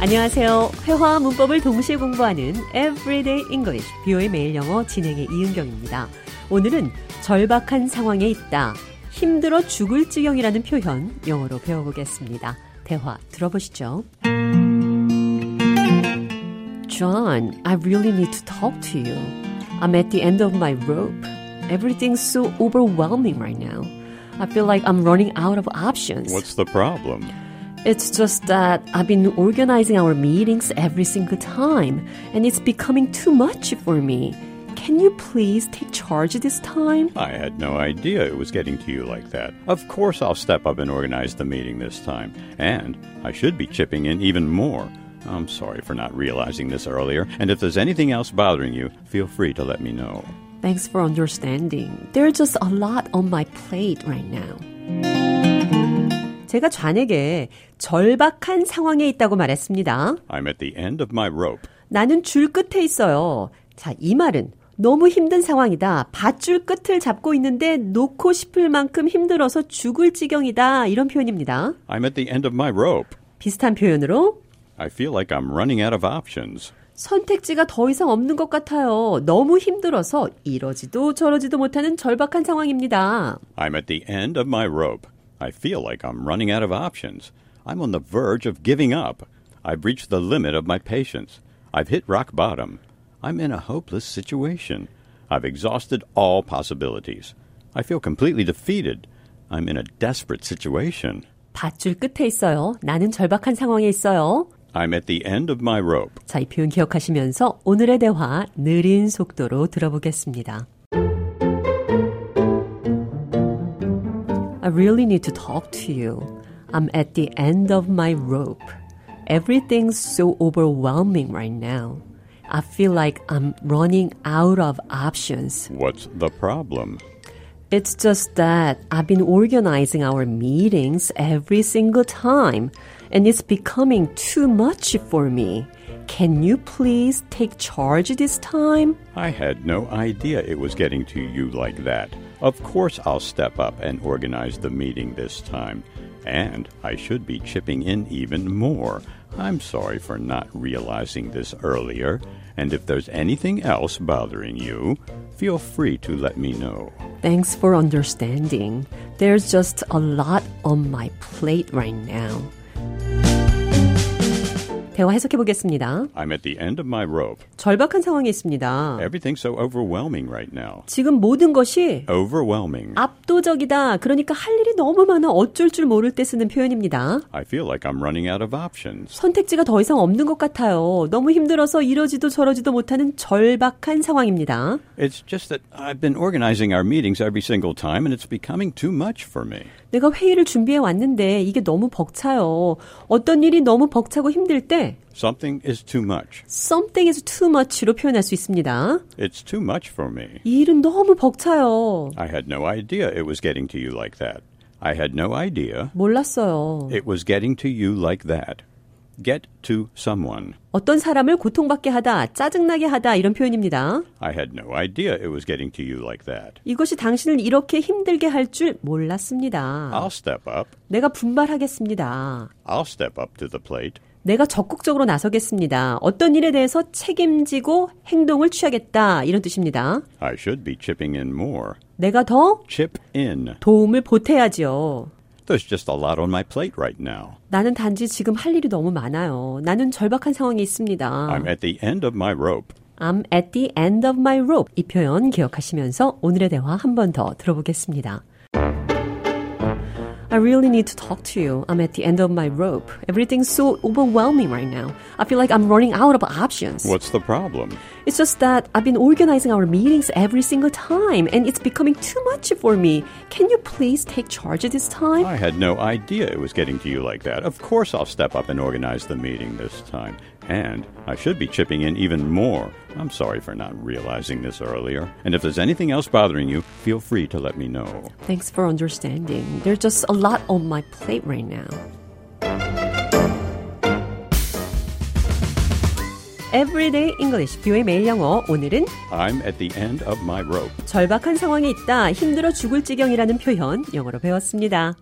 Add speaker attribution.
Speaker 1: 안녕하세요. 회화와 문법을 동시에 공부하는 Everyday English, 비오의 매일 영어 진행의 이은경입니다. 오늘은 절박한 상황에 있다, 힘들어 죽을 지경이라는 표현 영어로 배워보겠습니다. 대화 들어보시죠. John, I really need to talk to you. I'm at the end of my rope. Everything's so overwhelming right now. I feel like I'm running out of options.
Speaker 2: What's the problem?
Speaker 1: It's just that I've been organizing our meetings every single time, and it's becoming too much for me. Can you please take charge this time?
Speaker 2: I had no idea it was getting to you like that. Of course, I'll step up and organize the meeting this time, and I should be chipping in even more. I'm sorry for not realizing this earlier, and if there's anything else bothering you, feel free to let me know.
Speaker 1: Thanks for understanding. There's just a lot on my plate right now. 제가 좌에게 절박한 상황에 있다고 말했습니다.
Speaker 2: I'm at the end of my rope.
Speaker 1: 나는 줄 끝에 있어요. 자, 이 말은 너무 힘든 상황이다. 밧줄 끝을 잡고 있는데 놓고 싶을 만큼 힘들어서 죽을 지경이다. 이런 표현입니다.
Speaker 2: I'm at the end of my rope.
Speaker 1: 비슷한 표현으로
Speaker 2: I feel like I'm running out of options.
Speaker 1: 선택지가 더 이상 없는 것 같아요. 너무 힘들어서 이러지도 저러지도 못하는 절박한 상황입니다.
Speaker 2: I'm at the end of my rope. I feel like I'm running out of options. I'm on the verge of giving up. I've reached the limit of my patience. I've hit rock bottom. I'm in a hopeless situation. I've exhausted all possibilities. I feel completely defeated. I'm in a desperate situation.
Speaker 1: 밧줄 끝에 있어요. 나는 절박한 상황에 있어요.
Speaker 2: I'm at the end of my rope.
Speaker 1: 자, 이 표현 기억하시면서 오늘의 대화 느린 속도로 들어보겠습니다. I really need to talk to you. I'm at the end of my rope. Everything's so overwhelming right now. I feel like I'm running out of options.
Speaker 2: What's the problem?
Speaker 1: It's just that I've been organizing our meetings every single time, and it's becoming too much for me. Can you please take charge this time?
Speaker 2: I had no idea it was getting to you like that. Of course, I'll step up and organize the meeting this time. And I should be chipping in even more. I'm sorry for not realizing this earlier. And if there's anything else bothering you, feel free to let me know.
Speaker 1: Thanks for understanding. There's just a lot on my plate right now. 대화 해석해 보겠습니다.
Speaker 2: I'm at the end of my rope.
Speaker 1: 절박한 상황에 있습니다.
Speaker 2: Everything's so overwhelming right now.
Speaker 1: 지금 모든 것이
Speaker 2: Overwhelming.
Speaker 1: 압도적이다. 그러니까 할 일이 너무 많아 어쩔 줄 모를 때 쓰는 표현입니다.
Speaker 2: I feel like I'm running out of options.
Speaker 1: 선택지가 더 이상 없는 것 같아요. 너무 힘들어서 이러지도 저러지도 못하는 절박한 상황입니다.
Speaker 2: It's just that I've been organizing our meetings every single time, and it's becoming too much for me.
Speaker 1: 내가 회의를 준비해 왔는데 이게 너무 벅차요. 어떤 일이 너무 벅차고 힘들 때
Speaker 2: Something is too much.
Speaker 1: something is too much로 표현할 수 있습니다.
Speaker 2: It's too much for me.
Speaker 1: 이 일은 너무 벅차요.
Speaker 2: I had no idea it was getting to you like that. I had no idea
Speaker 1: 몰랐어요.
Speaker 2: it was getting to you like that. Get to someone.
Speaker 1: 어떤 사람을 고통받게 하다, 짜증나게 하다 이런 표현입니다.
Speaker 2: I had no idea it was getting to you like that.
Speaker 1: 이것이 당신을 이렇게 힘들게 할 줄 몰랐습니다.
Speaker 2: I'll step up.
Speaker 1: 내가 분발하겠습니다.
Speaker 2: I'll step up to the plate.
Speaker 1: 내가 적극적으로 나서겠습니다. 어떤 일에 대해서 책임지고 행동을 취하겠다. 이런 뜻입니다.
Speaker 2: I should be chipping in more.
Speaker 1: 내가 더
Speaker 2: Chip in.
Speaker 1: 도움을 보태야지요.
Speaker 2: There's just a lot on my plate right now.
Speaker 1: 나는 단지 지금 할 일이 너무 많아요. 나는 절박한 상황에 있습니다.
Speaker 2: I'm at the end of my rope.
Speaker 1: I'm at the end of my rope. 이 표현 기억하시면서 오늘의 대화 한 번 더 들어보겠습니다. I really need to talk to you. I'm at the end of my rope. Everything's so overwhelming right now. I feel like I'm running out of options.
Speaker 2: What's the problem?
Speaker 1: It's just that I've been organizing our meetings every single time and it's becoming too much for me. Can you please take charge this time?
Speaker 2: I had no idea it was getting to you like that. Of course, I'll step up and organize the meeting this time. And I should be chipping in even more. I'm sorry for not realizing this earlier. And if there's anything else bothering you, feel free to let me know.
Speaker 1: Thanks for understanding. There's just a lot on my plate right now. Everyday English, 뷰의 매일 영어. 오늘은
Speaker 2: I'm at the end of my rope.
Speaker 1: 절박한 상황에 있다, 힘들어 죽을 지경이라는 표현 영어로 배웠습니다.